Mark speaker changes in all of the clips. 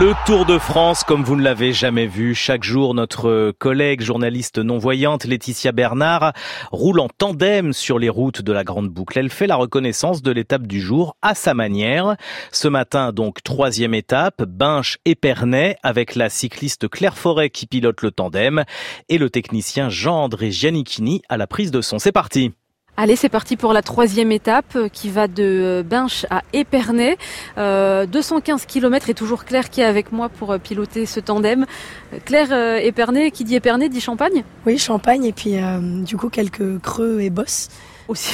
Speaker 1: Le Tour de France, comme vous ne l'avez jamais vu, chaque jour, notre collègue journaliste non-voyante Laetitia Bernard roule en tandem sur les routes de la Grande Boucle. Elle fait la reconnaissance de l'étape du jour à sa manière. Ce matin, donc, troisième étape, Binche Épernay, avec la cycliste Claire Forêt qui pilote le tandem et le technicien Jean-André Giannichini à la prise de son. C'est parti
Speaker 2: Allez, c'est parti pour la troisième étape euh, qui va de Binche à Épernay. Euh, 215 km et toujours Claire qui est avec moi pour euh, piloter ce tandem. Claire euh, Épernay, qui dit Épernay dit Champagne
Speaker 3: Oui, champagne et puis euh, du coup quelques creux et bosses,
Speaker 2: Aussi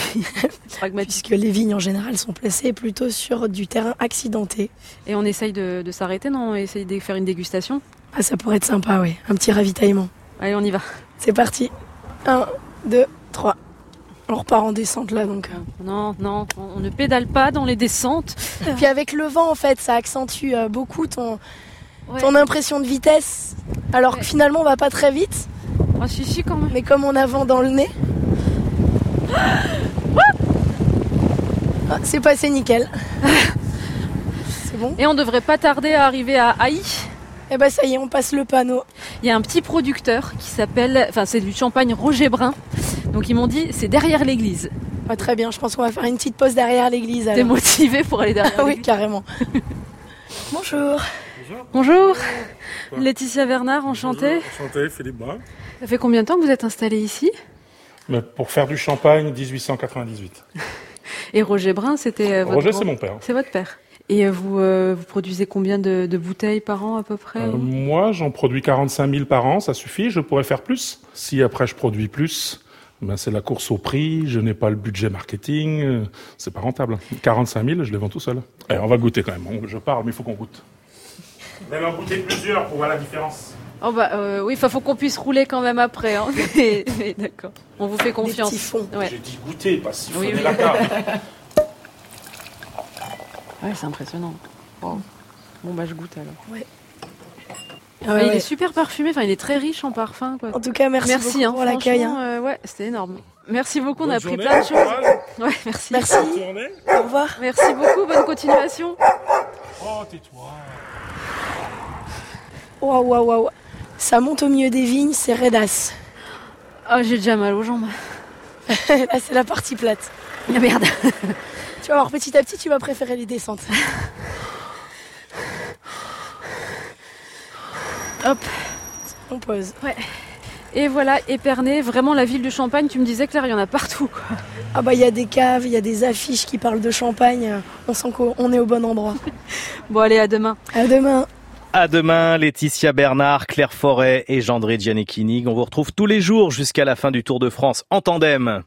Speaker 2: pragmatique.
Speaker 3: puisque les vignes en général sont placées plutôt sur du terrain accidenté.
Speaker 2: Et on essaye de, de s'arrêter, non On essaye de faire une dégustation.
Speaker 3: Ah, ça pourrait être sympa, oui. Un petit ravitaillement.
Speaker 2: Allez, on y va.
Speaker 3: C'est parti. 1, 2, 3. On repart en descente là donc.
Speaker 2: Non, non, on, on ne pédale pas dans les descentes.
Speaker 3: Et puis avec le vent en fait, ça accentue euh, beaucoup ton,
Speaker 2: Ouais.
Speaker 3: ton impression de vitesse. Alors
Speaker 2: Ouais.
Speaker 3: que finalement on va pas très vite,
Speaker 2: Ah, si, si, quand même.
Speaker 3: mais comme on a vent dans le nez. Ah, C'est passé nickel. C'est bon.
Speaker 2: Et on devrait pas tarder à arriver à Haï.
Speaker 3: Et bah ça y est, on passe le panneau.
Speaker 2: Il y a un petit producteur qui s'appelle, enfin c'est du champagne Roger Brun. Donc ils m'ont dit c'est derrière l'église.
Speaker 3: Ah, très bien, je pense qu'on va faire une petite pause derrière l'église.
Speaker 2: T'es
Speaker 3: alors.
Speaker 2: motivé pour aller derrière
Speaker 3: Ah oui,
Speaker 2: l'église
Speaker 3: carrément. Bonjour.
Speaker 2: Bonjour, Laetitia Bernard, enchantée.
Speaker 4: Bonjour, Enchanté, Philippe Brun.
Speaker 2: Ça fait combien de temps que vous êtes installée ici
Speaker 4: Mais pour faire du champagne, 1898.
Speaker 2: Et Roger Brun, c'était euh, votre
Speaker 4: Roger,
Speaker 2: grand-
Speaker 4: c'est mon père.
Speaker 2: C'est votre père. Et euh, vous, euh, vous produisez combien de, de bouteilles par an à peu près
Speaker 4: Euh, moi, j'en produis 45 000 par an, ça suffit, je pourrais faire plus. Si après je produis plus, ben c'est la course au prix, je n'ai pas le budget marketing, euh, c'est pas rentable. 45 000, je les vends tout seul. Allez, on va goûter quand même, On- je parle, mais il faut qu'on goûte. Vous allez en goûter plusieurs pour voir la différence.
Speaker 2: Oh bah euh, oui, enfin faut qu'on puisse rouler quand même après. hein. Mais- mais D'accord. On vous fait confiance.
Speaker 3: petits fonds.
Speaker 2: Ouais.
Speaker 4: J'ai dit goûter, pas siphonner
Speaker 2: Oui, oui.
Speaker 4: la table.
Speaker 2: Ouais, c'est impressionnant. Wow. Bon bah je goûte alors. Et Il
Speaker 3: Ah ouais, ouais.
Speaker 2: est super parfumé, enfin il est très riche en parfum quoi.
Speaker 3: En tout cas, merci,
Speaker 2: Oh, Merci,
Speaker 3: beaucoup
Speaker 2: hein,
Speaker 3: pour l'accueil. hein.
Speaker 2: franchement, euh, ouais, c'était énorme. Merci beaucoup, on
Speaker 4: Bonne
Speaker 2: a appris
Speaker 4: journée,
Speaker 2: plein de choses.
Speaker 4: bon courage.
Speaker 2: Ouais, merci.
Speaker 3: hein. Merci,
Speaker 4: Tournez.
Speaker 3: au revoir.
Speaker 2: Merci beaucoup, bonne continuation.
Speaker 4: Oh, tais-toi.
Speaker 3: Waouh, waouh, waouh. Ça monte au milieu des vignes, c'est Redas.
Speaker 2: Oh, j'ai déjà mal aux jambes.
Speaker 3: Là, c'est la partie plate.
Speaker 2: Ah, merde.
Speaker 3: Tu vas voir, petit à petit, tu vas préférer les descentes.
Speaker 2: Hop.
Speaker 3: On pose.
Speaker 2: Et voilà, Épernay, vraiment la ville du Champagne, tu me disais Claire, il y en a partout. quoi.
Speaker 3: Ah bah, il y a des caves, il y a des affiches qui parlent de champagne. On sent qu'on est au bon endroit.
Speaker 2: Bon, allez, à demain.
Speaker 3: À demain.
Speaker 1: À demain, Laetitia Bernard, Claire Forêt et Gendré Giannichini. On vous retrouve tous les jours jusqu'à la fin du Tour de France en tandem.